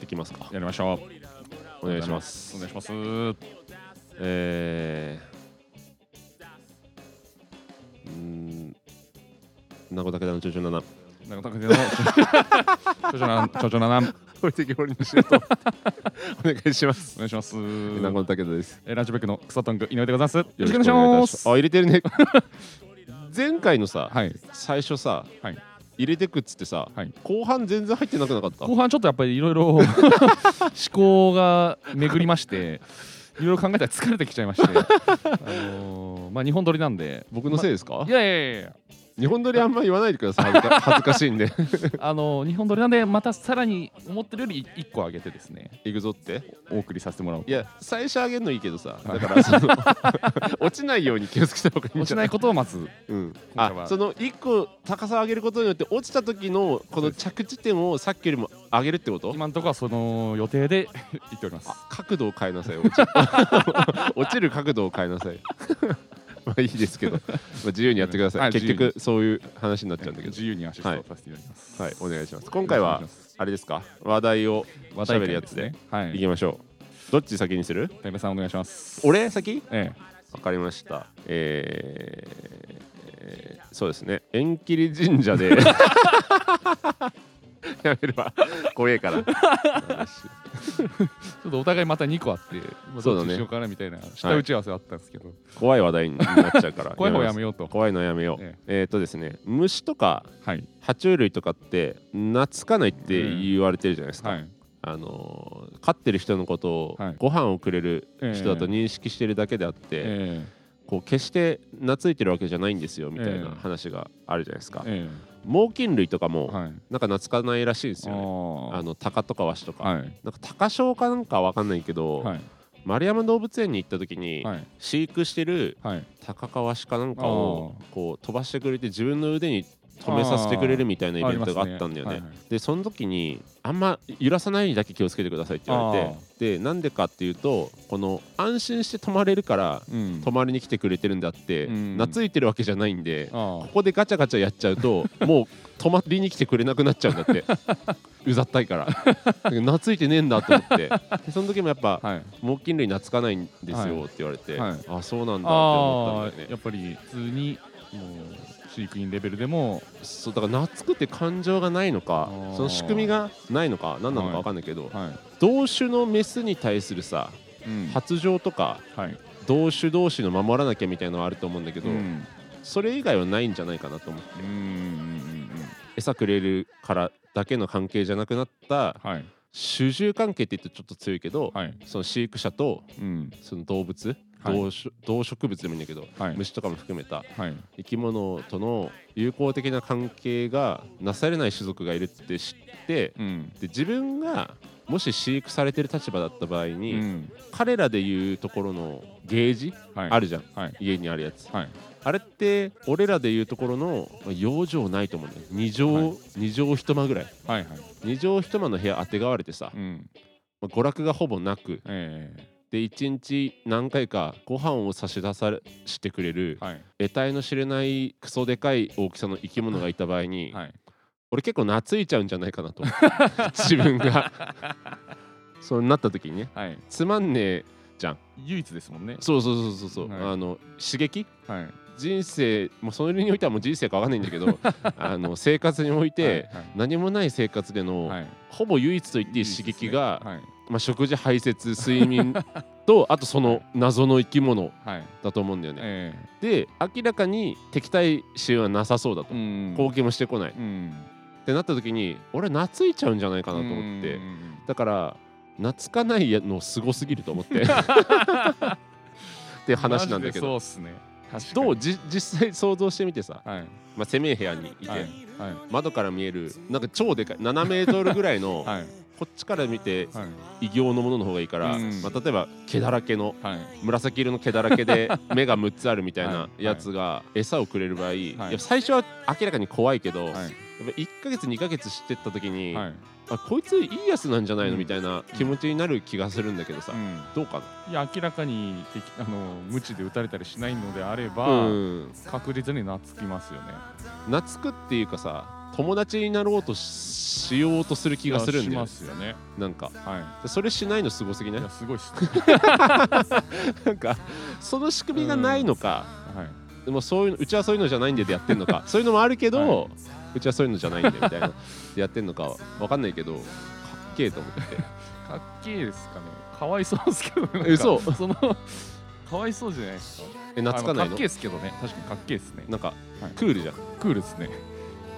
できますかやりましょうお願いしますお願いしますうえー、うーん名古屋だけだの中々7なん か竹田のちょちょなちょちょなな降りてき降りのシュートお願いしますお願いします名古屋だけですえーラジオベックの草トング井上でございますよろしくいお願たいしますあ入れて るね前回のさ、はい最初さ、はい入れてくっつってさ、はい後半全然入ってなくなかった後半ちょっとやっぱりい ろいろ思考が巡りましていろいろ考えたら疲れてきちゃ いましてあのーまあ日本撮りなんで僕のせいですか、いやいやいやいや日本撮りあんま言わないでくだ さい恥ずか恥ずかしいんであのー日本撮りなんでまたさらに思ってるより1個上げてですね行くぞってお送りさせてもらおういや最初上げるのいいけどさだからその 落ちないように気をつけた方がいいん落じちゃなないいことをまずうん、今回はあその一個高さを上げることによって落ちた時のこの着地点をさっきよりも上げるってこと今のところはその予定で 言っておりますあ角度を変えなさい落ち落ちる角度を変えなさい まあいいですけど、まあ、自由にやってください、はい結局そういう話になっちゃうんだけど自由にアシストをさせていただきます、はいお願いします今回はあれですか話題を話題喋るやつ会でですねはいいきましょうどっち先にする田辺さんお願いします俺先ええわかりました。えーえーそうですね。縁切り神社 で。やめるわ。怖え から。ちょっとお互いまた2個あって、まあそうどだっねちしようかなみたいな下打ち合わせあったんですけど、怖い話題になっちゃうから。 怖い方やめよようと。怖いのやめよう。ええっ、とですね、虫とかはい。爬虫類とかって懐かないって言われてるじゃないですか。はい。あのー飼ってる人のことをはいご飯をくれる人だとええ認識してるだけであって、えこう決して懐いてるわけじゃないんですよみたいなええ話があるじゃないですか。ええ猛禽類とかも、えはない。んか懐かないらしいんですよね。ああの鷹とかワシとあ。か、はい。なんか鷹賞かなんかわかんないけど、はい。丸山動物園に行った時に、はい。飼育してるはい。鷹かワシかなんかをあこう飛ばしてくれて自分の腕に止めさせてくれるみたいなイベントがあったんだよね。ありますねはいはいでその時にあんま揺らさないようにだけ気をつけてくださいって言われあてでなんでかっていうとこの安心して泊まれるからうん。泊まりに来てくれてるんであって、うん懐いてるわけじゃないんで、あここでガチャガチャやっちゃう ともう泊まりに来てくれなくなっちゃうんだってうざったいからだけど懐いてねえんだと思ってでその時もやっぱあ。はい。猛禽類懐かないんですはよいって言われて、はいあそうなんだって思あったんだあ。よやねっぱり普通にもう飼育員レベルでもそうだから懐くって感情がないのかあーその仕組みがないのか何なのか分かんないけど、は同種のメスに対するさい。うん。発情とかはい。同種同士の守らなきゃみたいなのはあると思うんだけうど、ん。それ以外はないんじゃないかなと思ってうんうんうんうん。餌くれるからだけの関係じゃなくなったはい。主従関係って言ってちょっと強いけど、はい。その飼育者とうん。その動物、はい動植動植物でもいいんだけど、はい虫とかも含めたはい。生き物との友好的な関係がなされない種族がいるって知ってうん。で自分がもし飼育されてる立場だった場合うに、ん。彼らでいうところのゲージ、はい。あるじゃんはい。家にあるやつはい。あれって俺らでいうところのまあ養生ないと思うんだよ2畳、はい二畳一間ぐらいはい。はい。 2畳一間の部屋あてがわれてさ、うん。まあ娯楽がほぼなくえで1日何回かご飯を差し出されしてくれるえ。はい。得体の知れないクソでかい大きさの生き物がいた場合に、はい。俺結構懐いちゃうんじゃないかなと 自分がそうなった時にねはい。つまんねえ唯一ですもんね。そうそうそうそうそう、はいあの刺激はい。人生もうそれにおいてはもう人生かわかんないんだけ どあの生活において、はい何もない生活での、はい、ほぼ唯一と言っていい刺激が、はいまあ、食事排泄睡 眠とあとその謎の生き物はいだと思うんだよね。えで明らかに敵対心はなさそうだと、えうん貢献もしてこないっうんてなった時に俺懐いちゃうんじゃないかなと思ってうんだから懐かないのすごすぎると思ってって話なんだけどマジでそうっすね確かにどうじ実際想像してみてさ、はいまあ、狭い部屋にいて、はいはい窓から見えるなんか超でかい7メートルぐらいの、はいこっちから見てはい異形のものの方がいいから、うんまあ、例えば毛だらけのはい紫色の毛だらけ で目が6つあるみたいはないやつが餌をくれる場合、いはいや最初は明らかに怖いけど、やはっぱ1ヶ月2ヶ月知ってった時に、いはいあこいついいやつなんじゃないのうんみたいな気持ちになる気がするんだけどさ、うんどうかいや明らかに敵あの無知で撃たれたりしないのであれな、ば、うん、確実に懐きますよね懐くっていうかさ友達になろうとししようとする気がするんいだやよしますよねなんかはそれしないのすごすぎいないいやすごいっすね なんかその仕組みがないのか、はいでもそういうのうちはそういうのじゃないんででやってんの かそういうのもあるけど、はうちはそういうのじゃないんでみたい なでやってんのかわかんないけどかっけえと思ってかっけえですかねかわいそうですけどねえ嘘 そのかわいそうじゃないですかえ懐かないのあかっけえですけどね確かにかっけえですねなんか、はいクールじゃんクールですね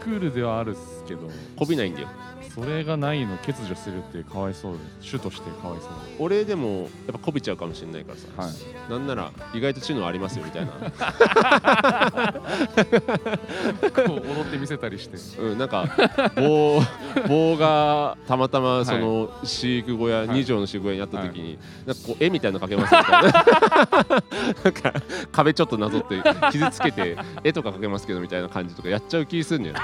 クールではあるっすけどこびないんだよそれがないの欠如してるってかわいそうです主として かわいそう俺でもやっぱこびちゃうかもしれないからさ、はいなんなら意外と知能ありますよみたいな、 こう踊ってみせたりしてうん、なんか棒棒がたまたまその飼育小屋、い2畳の飼育小屋にあった時に、なんかこう絵みたいなの描けますみたいな なんか壁ちょっとなぞって傷つけて絵とか描けますけどみたいな感じとかやっちゃう気するんだよね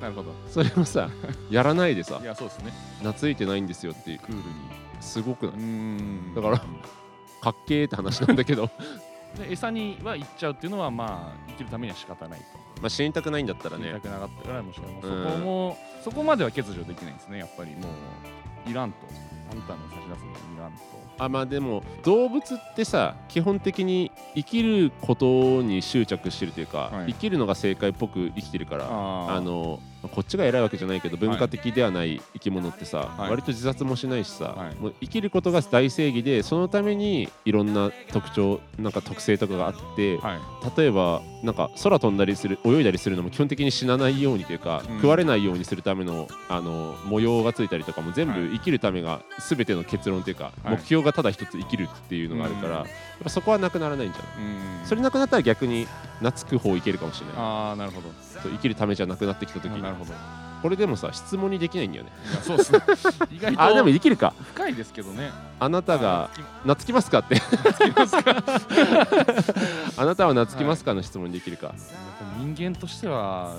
なるほどそれもさやらないでさいやそうですね懐いてないんですよってクールにすごくなういんだからかっけーって話なんだ けどで餌には行っちゃうっていうのはまあ生きるためには仕方ないとまあ死にたくないんだったら言いたねくなかったからもしれない、うんそこもそこまでは欠如できないんですねやっぱりもういらんとあんたの差し出すのいらんとあまあでも動物ってさ基本的に生きることに執着してるというか、は生いきるのが正解っぽく生きてるからああのこっちが偉いわけじゃないけど文化的ではない生き物ってさ、はい割と自殺もしないしさ、はいもう生きることが大正義でそのためにいろんな特徴なんか特性とかがあって、はい例えばなんか空飛んだりする泳いだりするのも基本的に死なないようにというか、うん食われないようにするためのあの模様がついたりとかも全は部生きるためが全ての結論というか、はい目標がただ一つ生きるっていうのがあるから、うんやっぱそこはなくならないんじゃないうんそれなくなったら逆に懐く方いけるかもしれないああなるほ どそう生きるためじゃなくなってきた時あになるほどいこれでもさ質問にできないんだよねやそうですね意外あでもとできるか深いですけどねあなたがあー懐きますかって つきますかやっぱあなたは懐きますかの質問にできるか、人間としては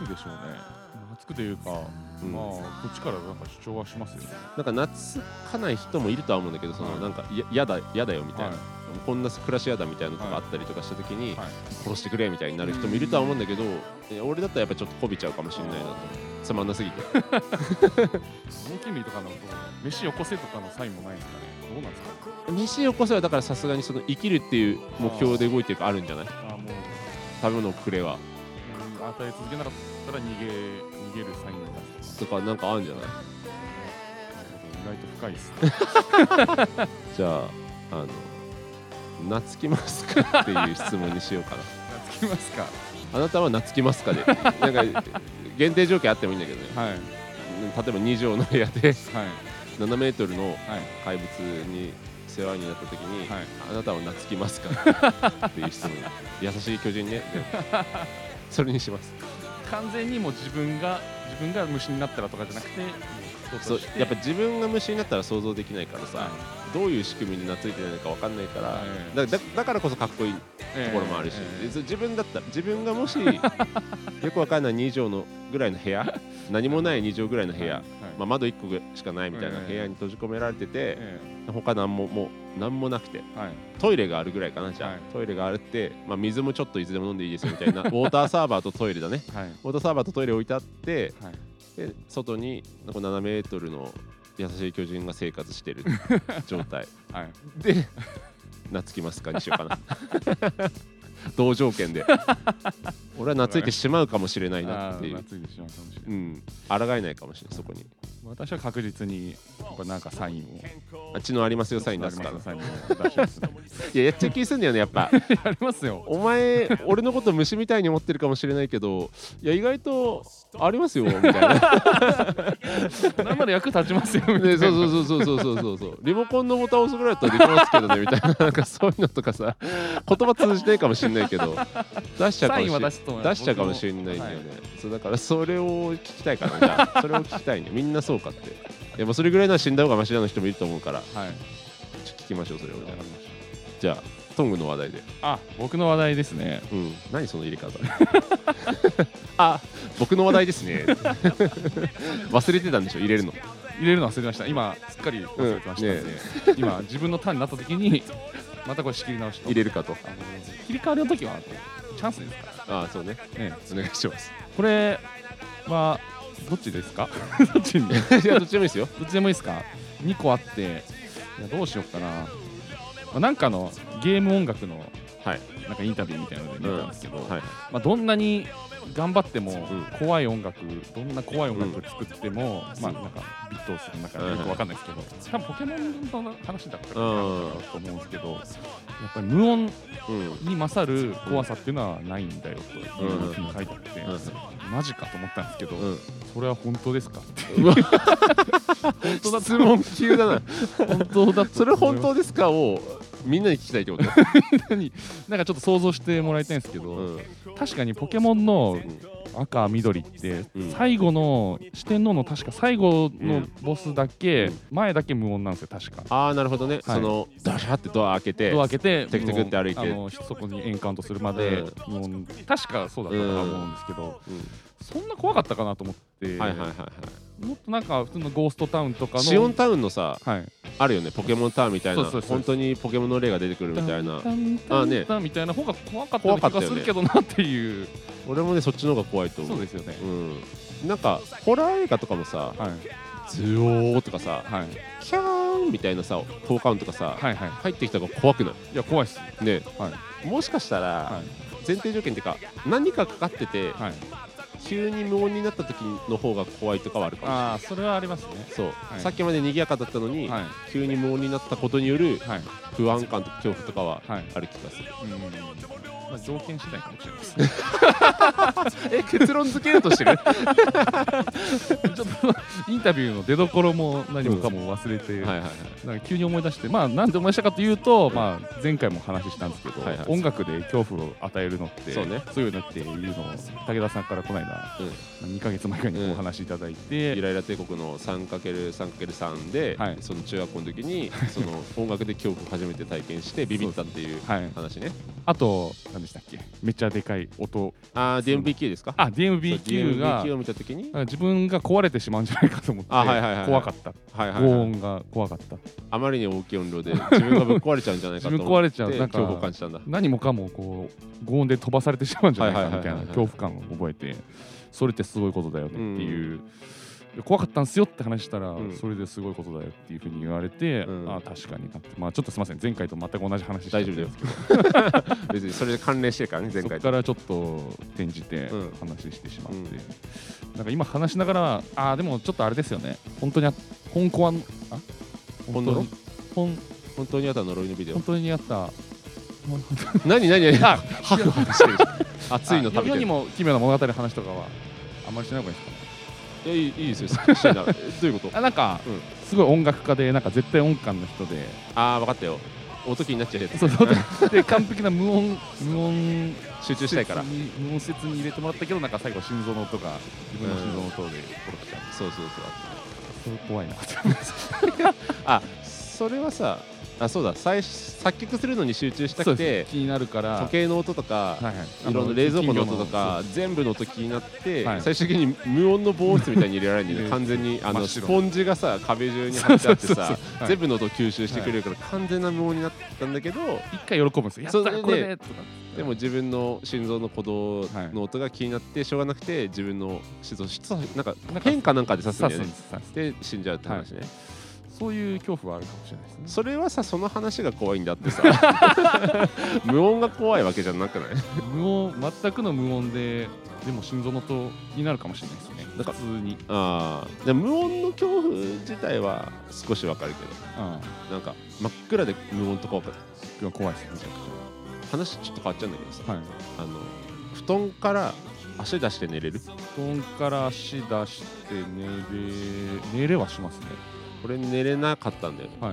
つくでしょうねつくというか、うんまあこっちからなんか主張はしますよねなんか懐かない人もいるとは思うんだけどその、はいなんかいや嫌だ嫌だよみたいな、はいこんな暮らし嫌だみたいなのとかはあいったりとかした時に、はい殺してくれみたいになる人もいるとは思うんだけど、え俺だったらやっぱちょっとこびちゃうかもしれないなとつまんなすぎて大きみとかのこう飯よこせとかのサインもないんですかねどうなんですか飯をこそはだからさすがにその生きるっていう目標で動いてるかあるんじゃないあーもう食べ物をくれはうん与え続けなかったら逃げ逃げるサインを出すとかとかなんかあるんじゃないなるほど意外と深いですねじゃああの懐きますかっていう質問にしよう かなつきますかあなたは懐きますかでなんか限定条件あってもいいんだけどねはいはい例えば2畳の部屋で7メートルのはい怪物に世話になった時に、はいあなたは懐きますかっていう質問優しい巨人 ねでもそれにします完全にもう自分が自分が虫になったらとかじゃなくてもう人そとうしてやっぱ自分が虫になったら想像できないからさ、はいどういう仕組みに懐いてないのか分かんないから、はいだだだからこそかっこいいとええころもあるし、ええでそう自分だったら自分がも しよく分かんない2畳のぐらいの部 屋何もない2畳ぐらいの部屋、はいまあ、窓1個ぐらいしかないみたいなええ部屋に閉じ込められてて、え他何ももう何もなくてえはいトイレがあるぐらいかなじゃあ、はいトイレがあるって、まあ、水もちょっといつでも飲んでいいですよみたいなウォーターサーバーとトイレだねはいウォーターサーバーとトイレ置いてあってはいで外になんか7メートルの優しい巨人が生活してる状態はいで懐きますかにしようかな 同条件で俺は懐いてしまうかもしれないなあっていーう。懐いてしまうかもしれなういん、抗えないかもしれないそこに私は確実にやっぱなんかサインをあ知能ありますよサイン出すからいサインを出しますねややっちゃう気すんだよねやっぱやりま すよお前俺のこと虫みたいに思ってるかもしれないけどいや意外とありますよみたい な生で役立ちますよみたいなでそうそうそうそうそうそうそうリモコンのボタン押すぐらいだったらできますけどねみたいななんかそういうのとかさ言葉通じないかもしれないけど出しちゃうかもしサインれはない出すと思いま出すしちゃうかもしれないんだよね、僕もそうだからそれを聞きたいからじゃあそれを聞きたいねみんなそうかっていやもうそれぐらいなら死んだ方がマシだの人もいると思うからはいちょっと聞きましょうそれをわじかゃりあましたじゃあトングの話題であ僕の話題ですねうん何その入れ方 あ僕の話題です ね忘れてたんでしょ入れるの入れるの忘れました今すっかり忘れてました、うんね今自分のターンになった時にまたこれ仕切り直しと入れるかとあの切り替わりの時はチャンスですかああそうねらね お願いしますこれはどっちです かどっちにいやどっちでもいいですよどっちでもいいですか2個あっていやどうしよっかな、まあなんかのゲーム音楽のはいなんかインタビューみたいなので見たんですけど、はいまあ、どんなに頑張ってもん怖い音楽、どんな怖い音楽を作っても、まあなんかビットをする中でよくわかんないですけど、多分ポケモンの話だったかなうんと思うんですけど、やっぱり無音うんに勝る怖さっていうのはないんだよというふうに書いてあって、マジかと思ったんですけど、うんそれは本当ですかってうわ本当だ質問急だな本当だ それ本当ですかをみんなに聞きたいってことになんかちょっと想像してもらいたいんですけ ど、うん確かにポケモンうのん赤緑ってうん最後の四天王の確か最後うのんボスだけうん前だけ無音なんですよ確か。ああなるほどね、はいそのダシャってドア開けてドア開けてテクテクって歩いて無音あのそこにエンカウントするまで無音確かそうだったとは思うんですけどうんそんな怖かったかなと思ってはいはいはいはいもっとなんか普通のゴーストタウンとかのシオンタウンのさはいあるよねポケモンタウンみたいなそうそうそう本当にポケモンの霊が出てくるみたいなタンタンタンあねタンみたいな方が怖かったような気がするけどなっていう俺もねそっちの方が怖いと思そううですよねうんなんかホラー映画とかもさはい「ズオー」とかさはい「キャーン」みたいなさ効果音とかさはいはい入ってきた方が怖くないいや怖いっすねはいもしかしたらは前提条件っていうか何かかかってていはい急に無音になった時の方が怖いとかはあるかもしれないああそれはありますねそう、いさっきまで賑やかだったのに、はい急に無音になったことによるはい不安感と恐怖とかははいある気がする、うんまあ条件次第かもしれないですねえ結論付けようとして る ちょっとインタビューの出どころも何もかも忘れて、はいはいはいなんか急に思い出して、まあ、なんで思い出したかというと、まあ、前回も話したんですけど、はいはい音楽で恐怖を与えるのってそうね強いなっていうのを武田さんからこの間、2か月前ぐらいにお話しいただいて、イライラ帝国の 3×3×3 で、はいその中学校の時 にその音楽で恐怖を初めて体験してビビったっていうはい、話ねあと何でしたっけめっちゃでかい音ああ DMBQ ですかあそう DMBQ が DMBQ を見た時に、なんか自分が壊れてしまうんじゃないかと思って、あはいはいはいはい怖かった、はいはい轟はい、音が怖かったあまりに大きい音量で自分がぶっ壊れちゃうんじゃないかと思って自分壊れちゃうなんか恐怖を感じたんだ何もかもこう轟音で飛ばされてしまうんじゃないはかいはいはいみたいはいな恐怖感を覚えてそれってすごいことだよねっていうう。怖かったんすよって話したら、うんそれですごいことだよっていうふうに言われて、うんああ確かになってまあちょっとすみません前回と全く同じ話しちゃっ大て丈夫だよ 別にそれで関連してるからね前そ回っとからちょっと転じてうん話してしまって、うんなんか今話しながらああでもちょっとあれですよね本当にあ本コアのあ本当の本本当にあった呪いのビデオ本当にあった何何何あハクハクしてる熱いの食べ世てにるも奇妙な物語の話とかはあんまりしない方がいいですかねいやいいいいですよ好きにしてんなえどういうことあなんか、うんすごい音楽家でなんか絶対音感の人でああ分かったよ音気になっちゃうやつそうそうで完璧な無音無音集中したいから施設に無音施設に入れてもらったけどなんか最後心臓の音が自分の心臓の音で殺しちゃう、そうそうそうそれ怖いなあそれはさあそうだ最初作曲するのに集中したそうくてです気になるから時計の音とか、はいはいいろんな冷蔵庫の音とかあ全部の音気になって、はい最終的に無音の防音室みたいに入れられるんで、う ね、ん完全にあ真のっ白スポンジがさ壁中に貼ってあってそうそうそさうそうはい全部の音を吸収してくれるから完全な無音になったんだけど、金魚の一回喜ぶんですよやっそたれでこれでとかでも自分の心臓の鼓動の音が気になってしょうがなくて自分の心臓室なんかなんか変化なんかで刺すん刺だすよんでねす刺すで死んじゃうって話ね、そういう恐怖はあるかもしれないですねそれはさその話が怖いんだ ってさ無音が怖いわけじゃなくない無音全くの無音ででも心臓の音になるかもしれないですねなんか普通に、ああでも無音の恐怖自体は少しわかるけうんどなんか真っ暗で無音とかわかるいや怖いですねめちゃく話ちょっと変わっちゃうんだけどさちゃはいあの布団から足出して寝れる布団から足出して寝れ寝れはしますねこれ寝れなかったんだよねはい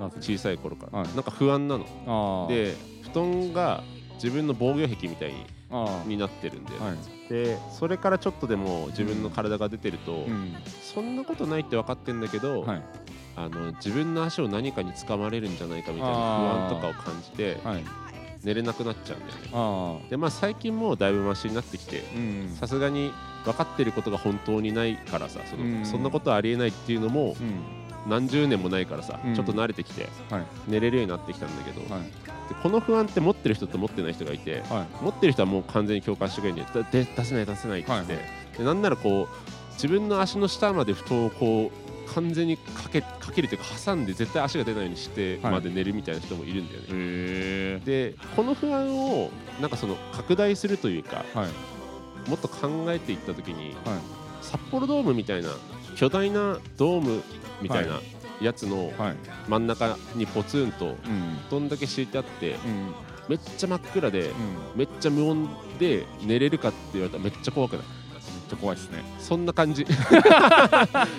なぜ小さい頃から、はいなんか不安なのああで布団が自分の防御壁みたいにあになってるんだよあはいでそれからちょっとでも自分の体が出てると、うんそんなことないって分かってんだけど、はいあの自分の足を何かに掴まれるんじゃないかみたいな不安とかを感じてはい寝れなくなっちゃうんだよねああでまあ最近もうだいぶマシになってきてうんさすがに分かってることが本当にないからさその、うんそんなことありえないっていうのもうん何十年もないからさ、うんちょっと慣れてきてはい寝れるようになってきたんだけど、はいでこの不安って持ってる人と持ってない人がいてはい持ってる人はもう完全に共感してくれるんだよだで出せない出せないって言って、はいでなんならこう自分の足の下まで布団をこう完全にかけかけるというか挟んで絶対足が出ないようにしてはいまで寝るみたいな人もいるんだよね、えでこの不安をなんかその拡大するというかはいもっと考えていった時にはい札幌ドームみたいな巨大なドームみたいなやつのはい真ん中にポツンとうんどんだけ敷いてあってうんめっちゃ真っ暗でうんめっちゃ無音で寝れるかって言われたらめっちゃ怖くないめっちゃ怖いですねそんな感 じ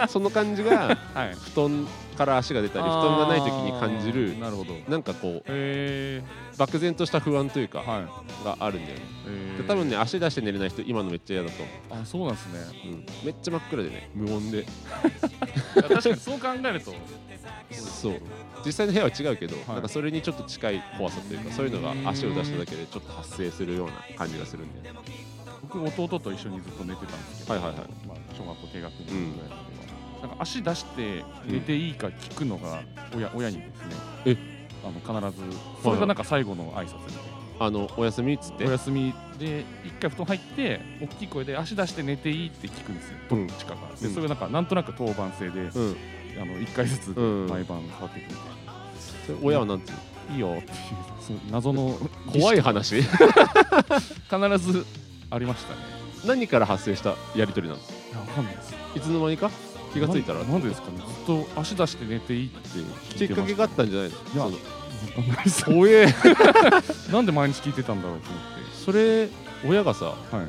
その感じがはい布団から足が出たり布団がない時に感じるなるほどなんかこえう漠然とした不安というかはいがあるんだよねえで多分ね足出して寝れない人今のめっちゃ嫌だと思あそうなんですね う、うんめっちゃ真っ暗でね無音で確かにそう考えるとそう実際の部屋は違うけど、いなんかそれにちょっと近い怖さというかそういうのが足を出しただけでちょっと発生するような感じがするんで、僕弟と一緒にずっと寝てたんですけど、はいはいはいまあ、小学校低学年ぐらいだけど、なんか足出して寝ていいか聞くのが親,、親にですねえあの必ずそれがなんか最後の挨拶みたいなあのお休みっつってお休みで一回布団入って大きい声で足出して寝ていいって聞くんですよどっちかが、でうんそれがなんかなんとなく当番制で、うんあの一回ずつうん毎晩変わってくる、それ親はなんて言いいよっていうその謎うのの 怖い話必ずありましたね何から発生したやり取りなのいやわかんないですいつの間にか気がついたらななんでですかねずっと足出して寝ていいってき聞いってかまけしがあたったんじゃないいやのわかんないです怖え なんで毎日聞いてたんだろうと思っそれ親がさて、はい、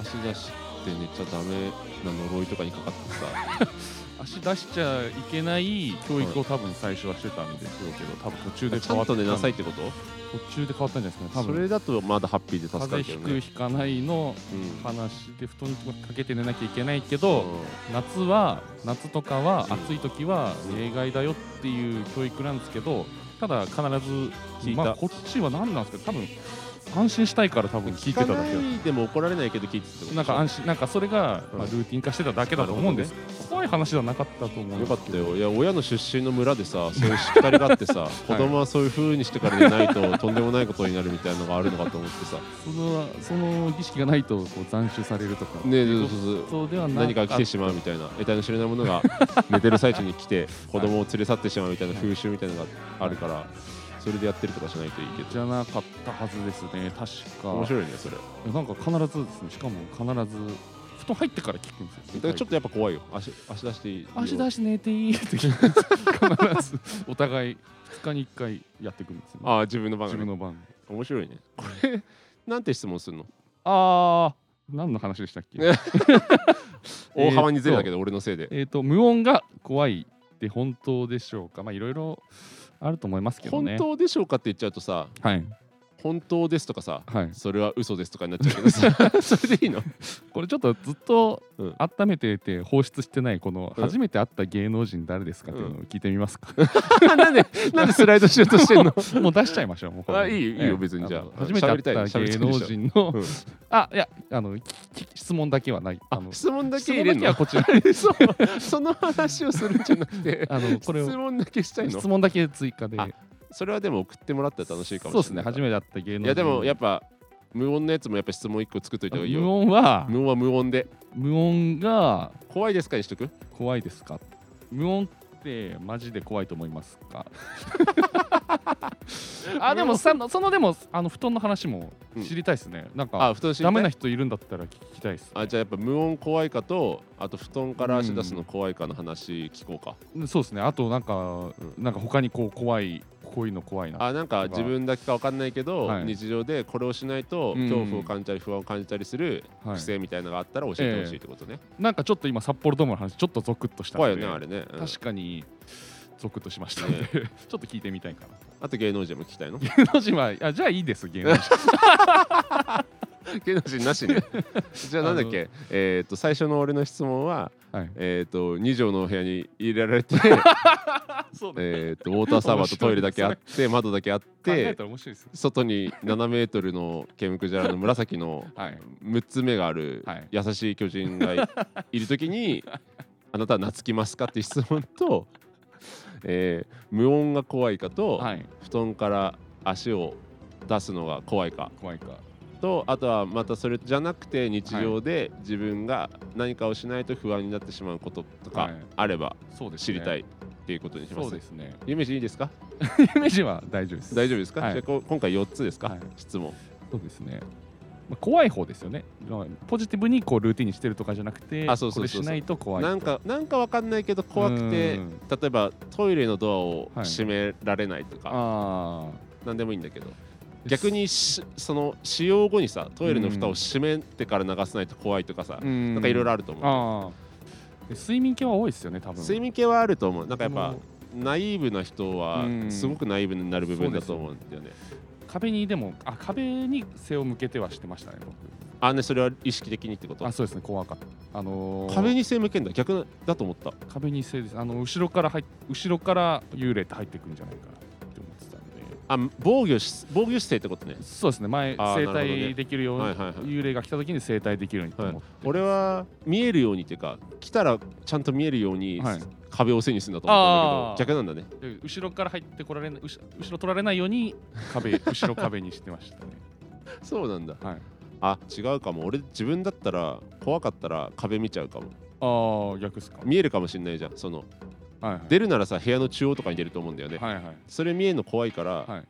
足出して寝ちゃダメな呪いとかにかかってさ足出しちゃいけない教育を多分最初はしてたんでしょうけど多分途中でち変ゃわんったと寝なさいいってこと途中で変わったんじゃないですかね多そ分れだとまだハッピーで助か風るけど邪ひねくひかないのうん話で布団にかけて寝なきゃいけないけうど、ん夏は夏とかはうん暑い時はうん例外だよっていう教育なんですけどただ必ず聞いたまあ、こっちは何なんですか多分安心したいから多分聞いてただけ聞かないでも怒られないけど聞いてたってことなんか安心なんかそれが、まあ、うんルーティン化してただけだと思うんです、怖い話ではなかったと思うんよですかけっどたよいや親の出身の村でさそういうしっかりがあってさ、子供 はそういう風にしてから寝ないととんでもないことになるみたいなのがあるのかと思ってさそのその儀式がないとこう斬首されるとかねえそうそういそううこそうとではな何かが来てしまうみたいな得体の知れないもの が寝てる最中に来て子供を連れ去ってしまうみたいな風習みたいなのがあるからそれでやってるとかしないといいけじどゃなかったはずですね確か面白いねそれなんか必ずですねしかも必ず布団入ってから聞くんですだよからちょっとやっぱ怖いよ足足出していい足出しして寝ていいって聞くんですよ必ずお互い2日に1回やってくるんですよ、ね、ああ自分の番自組分の番面白いねこれなんて質問するのあー何の話でしたっけね大幅にずれたけど俺のせいでえっと無音が怖いって本当でしょうかまあいろいろあると思いますけど本ね当でしょうかって言っちゃうとさ当はい本当ですとかさはいそれは嘘ですとかになっちゃうけど さそれでいいのこれちょっとずっとうん温めてて放出してないこのうん初めて会った芸能人誰ですかっていうのを聞いてみますか、 なんでなんでスライドしようとしてんの もう出しちゃいましょうもうこれあいいよいいよええ別にじゃあの初めて会喋っりたいた喋り芸たいで能しょ人のうん あいやあのきき質問だけはないあの質問だ質け入れ問だるけのはこち らそうその話をするんじゃなくてあのこれ質を問だけしたいの質問だけ追加であ それはでも送ってもらったら楽しいかそうもでしすれねない初めて会った芸能人いやでもやっぱぱ無音のやつもやっぱ質問一個作っといた方がいい無よ音は無音は無音で無音が怖いですかにしとく怖いですか無音ってマジで怖いと思います かあでもさそのでもあの布団の話も知りたいですね、なんかあ布団敷いてダメな人いるんだったら聞きたいですあじゃあやっぱ無音怖いかとあと布団から足出すの怖いかの話聞こうか、そうですねあとなんか、なんか他にこう怖いこういうの怖いなあなんか自分だけか分かんないけど、はい日常でこれをしないとうん恐怖を感じたり不安を感じたりするはい、癖みたいなのがあったら教えてほしいってことね、なんかちょっと今札幌ドームの話ちょっとゾクッとしたん怖いでよねあれね、うん確かにゾクッとしましたんで、ね ちょっと聞いてみたいかなあと芸能人も聞きたいの芸能人はあじゃあいいです芸 能人 芸能人なしねじゃあなんだっけえっ、と最初の俺の質問ははいえっ、と2畳のお部屋に入れら れてそうねえーとウォーターサーバーとトイレだけあって窓だけあっ考えてたら面白いですね外に7メートルのケムクジャラの紫のはい6つ目があるはい優しい巨人がいいる時に あなたは懐きますかって質問と、えー無音が怖いかと、はい布団から足を出すのが怖いか怖いかとあとはまたそれじゃなくて日常で自分が何かをしないと不安になってしまうこととはかいあればそうですね知りたいっていうことにしまそうすで。すねゆめじいいですか夢人は大丈夫です大丈夫ですか、はいじゃあこ今回4つですか、はい質問そうですね、まあ、怖い方ですよねまあポジティブにこうルーティンにしてるとかじゃなくてあそうそうそうそうこれしないと怖いなんかなんかわかんないけど怖くてうーん例えばトイレのドアをはい閉められないとか、あなんでもいいんだけどー逆にしその使用後にさトイレの蓋を閉めてから流さないと怖いとかさ、うんなんかいろいろあると思う、あー睡眠系は多いですよね多分睡眠系はあると思うなんかやっあぱのナイーブな人はうんすごくナイーブになる部分だと思うんだよね、壁にでもあ壁に背を向けてはしてましたねあねそれは意識的にってこと僕あそうですね怖かったあのー壁に背向けんだ逆だと思った壁に背ですあの後ろから入っ後ろから幽霊って入ってくるんじゃないかなって思ってたんであ防御し防御姿勢ってことねそうですね前あーなる生ほどね体できるように、はいはいはい幽霊が来た時に生体できるようにと思って、俺は見えるようにっていうか来たらちゃんと見えるように、はい壁を背にするんだと思ったんだけど逆あなんだねで後ろから入ってこられない後ろ後ろ取られないように壁 後ろ壁にしてましたねそうなんだはいあ違うかも俺自分だったら怖かったら壁見ちゃうかもああ逆ですか見えるかもしれないじゃんそのはいはい出るならさ部屋の中央とかに出ると思うんだよね、はいはいそれ見えるの怖いから、はい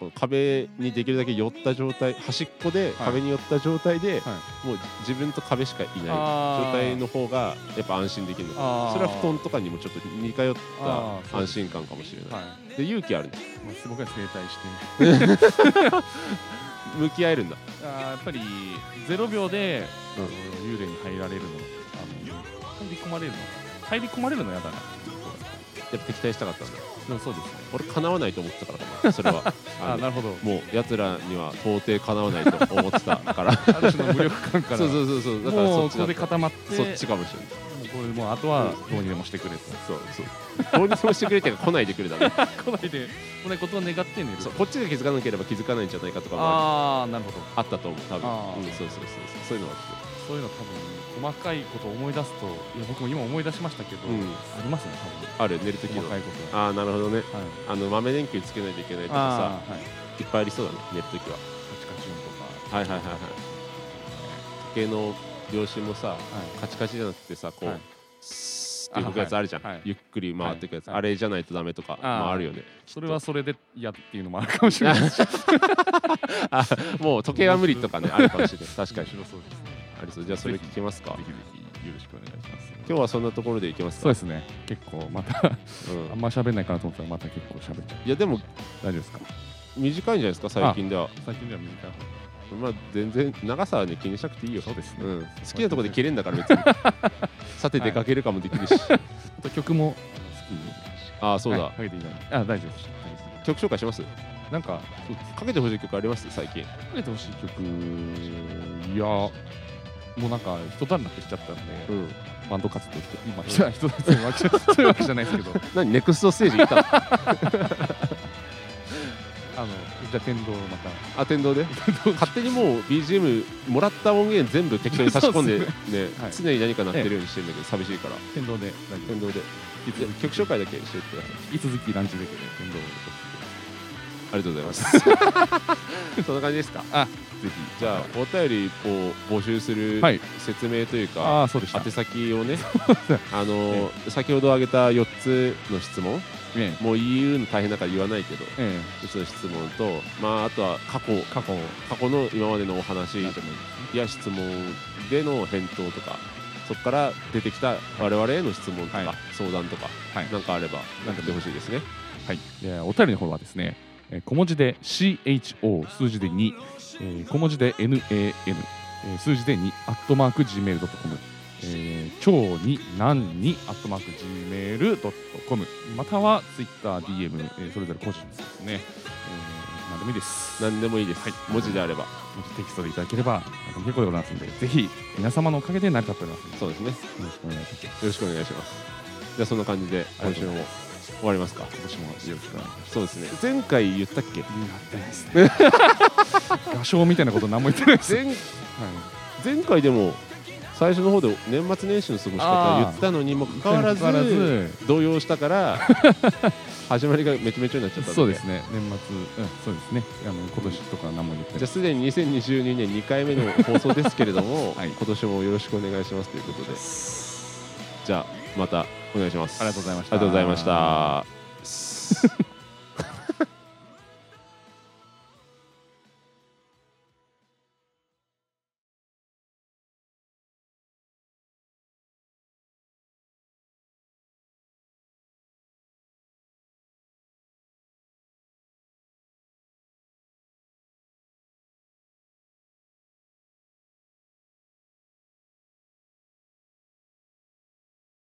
この壁にできるだけ寄った状態端っこではい壁に寄った状態で、はもう自分と壁しかいないあ状ー態の方がやっぱ安心できるのあーそれは布団とかにもちょっと似通っあーたそうで安す心感かもしれない、はいで勇気あるねまあ、僕は整体して向き合えるんだ、あーやっぱり0秒で幽霊に入られるのあの入り込まれるの入り込まれるのやだなやっぱ敵対したかったんだでもそうですね俺叶わないと思ってたから かなそれはああなのるほどもうやつらには到底かなわないと思ってた からある種の無力感から そうそうそうそうだからそもっうちこだこっでた固まってそっちかもしれないこれもうあとはどうにでもしてくれとそうそうどうにでもしてくれっていうか来ないでくれだね来ないで来ないことを願って寝るそうこっちが気づかなければ気づかないんじゃないかとかもあるああなるほどあったと思う多あ分、ーうん、そうそうそうそうそういうのがあってそういうの多分細かいことを思い出すといや僕も今思い出しましたけど、うんありますねある寝る多時分の細かいことはああなるほどねはいあの豆電球つけないといけないとかああはいさいっぱいありそうだね寝る時はカチカチ音とかはいはいはいはい時計の秒針もさはいカチカチじゃなくてさこう、はいスーって動くやつあるじゃん、あはいはいゆっくり回っていくやつ、はいあれじゃないとダメとかもあるよねそれはそれで嫌っていうのもあるかもし れないですしあもう時計は無理とかねあるかもしれない確かに面白そうですねありそうじゃあそれ聞きますかぜひぜひよろしくお願いします今日はそんなところでいけますそかうですね結構またうんあんま喋んないかなと思ったらまた結構喋っちゃういやでも大丈夫ですか短いんじゃないですか最近では最近では短い方まあ全然長さはね気にしなくていいよそうですねん、好きなところで切れんだから別に さて出かけるかもできるし、あと曲もあの好きにああそうだ、はいかけていただいてあ大丈夫です大丈夫で曲紹介しますすなんかそうですかけてほしい曲あります最近かけてほしい曲いやもうなんか人だらけしちゃったんで、うんバンド活動して今人だらけしてるわけじゃそういうわけじゃないですけど何ネクストステージ行ったのあのじゃあ天童また あ天童で 勝手にもう BGM もらった音源全部適当に差し込んでねそうはい常に何か鳴ってるようにしてるんだけど寂しいから天童で大丈夫天童でです じゃあ曲紹介だけしてください引き続きランチベックで天童をありがとうございますそんな感じですかあぜひじゃあお便りを募集するはい説明というか、ああーそうでした宛先をね、あの先ほど挙げた4つの質問、ええもう言うの大変だから言わないけど、え4つの質問と、まあ、あとは過去、え過去過去の今までのお話なんでもいいや質問での返答とか、そこから出てきた我々への質問とか、はい相談とか、はいなんかあれば、なんやかってほしいですね。はい、でお便りの方はですね、えー小文字で CHO 数字で2、えー小文字で NAN、えー数字で2アットマーク Gmail.com えー超に何にアットマーク Gmail.com または TwitterDM、えーそれぞれ個人ですね、えー、何でもいいです何でもいいです、はい文字であれば、もしテキストでいただければ何でも結構でございますのでぜひ皆様のおかげで成り立っておりますのでそうですね。よよろしくお願いしますろしくお願いします。じゃあ、そんな感じで、今週も終わりますか。今年もよろしくお願いしますそうですね。前回言ったっけやってないですね 画商みたいなこと何も言ってないです、はい前前回でも最初の方で年末年始の過ごし方を言ってたのにもかかわらず変わらず動揺したから 始まりがめちゃめちゃになっちゃったんそうですね年末、うん、そうですねあの今年とか何も言ってじゃなあいすでに2022年2回目の放送ですけれども、 はい今年もよろしくお願いしますということでじゃあまたお願いしますありがとうございましたありがとうございました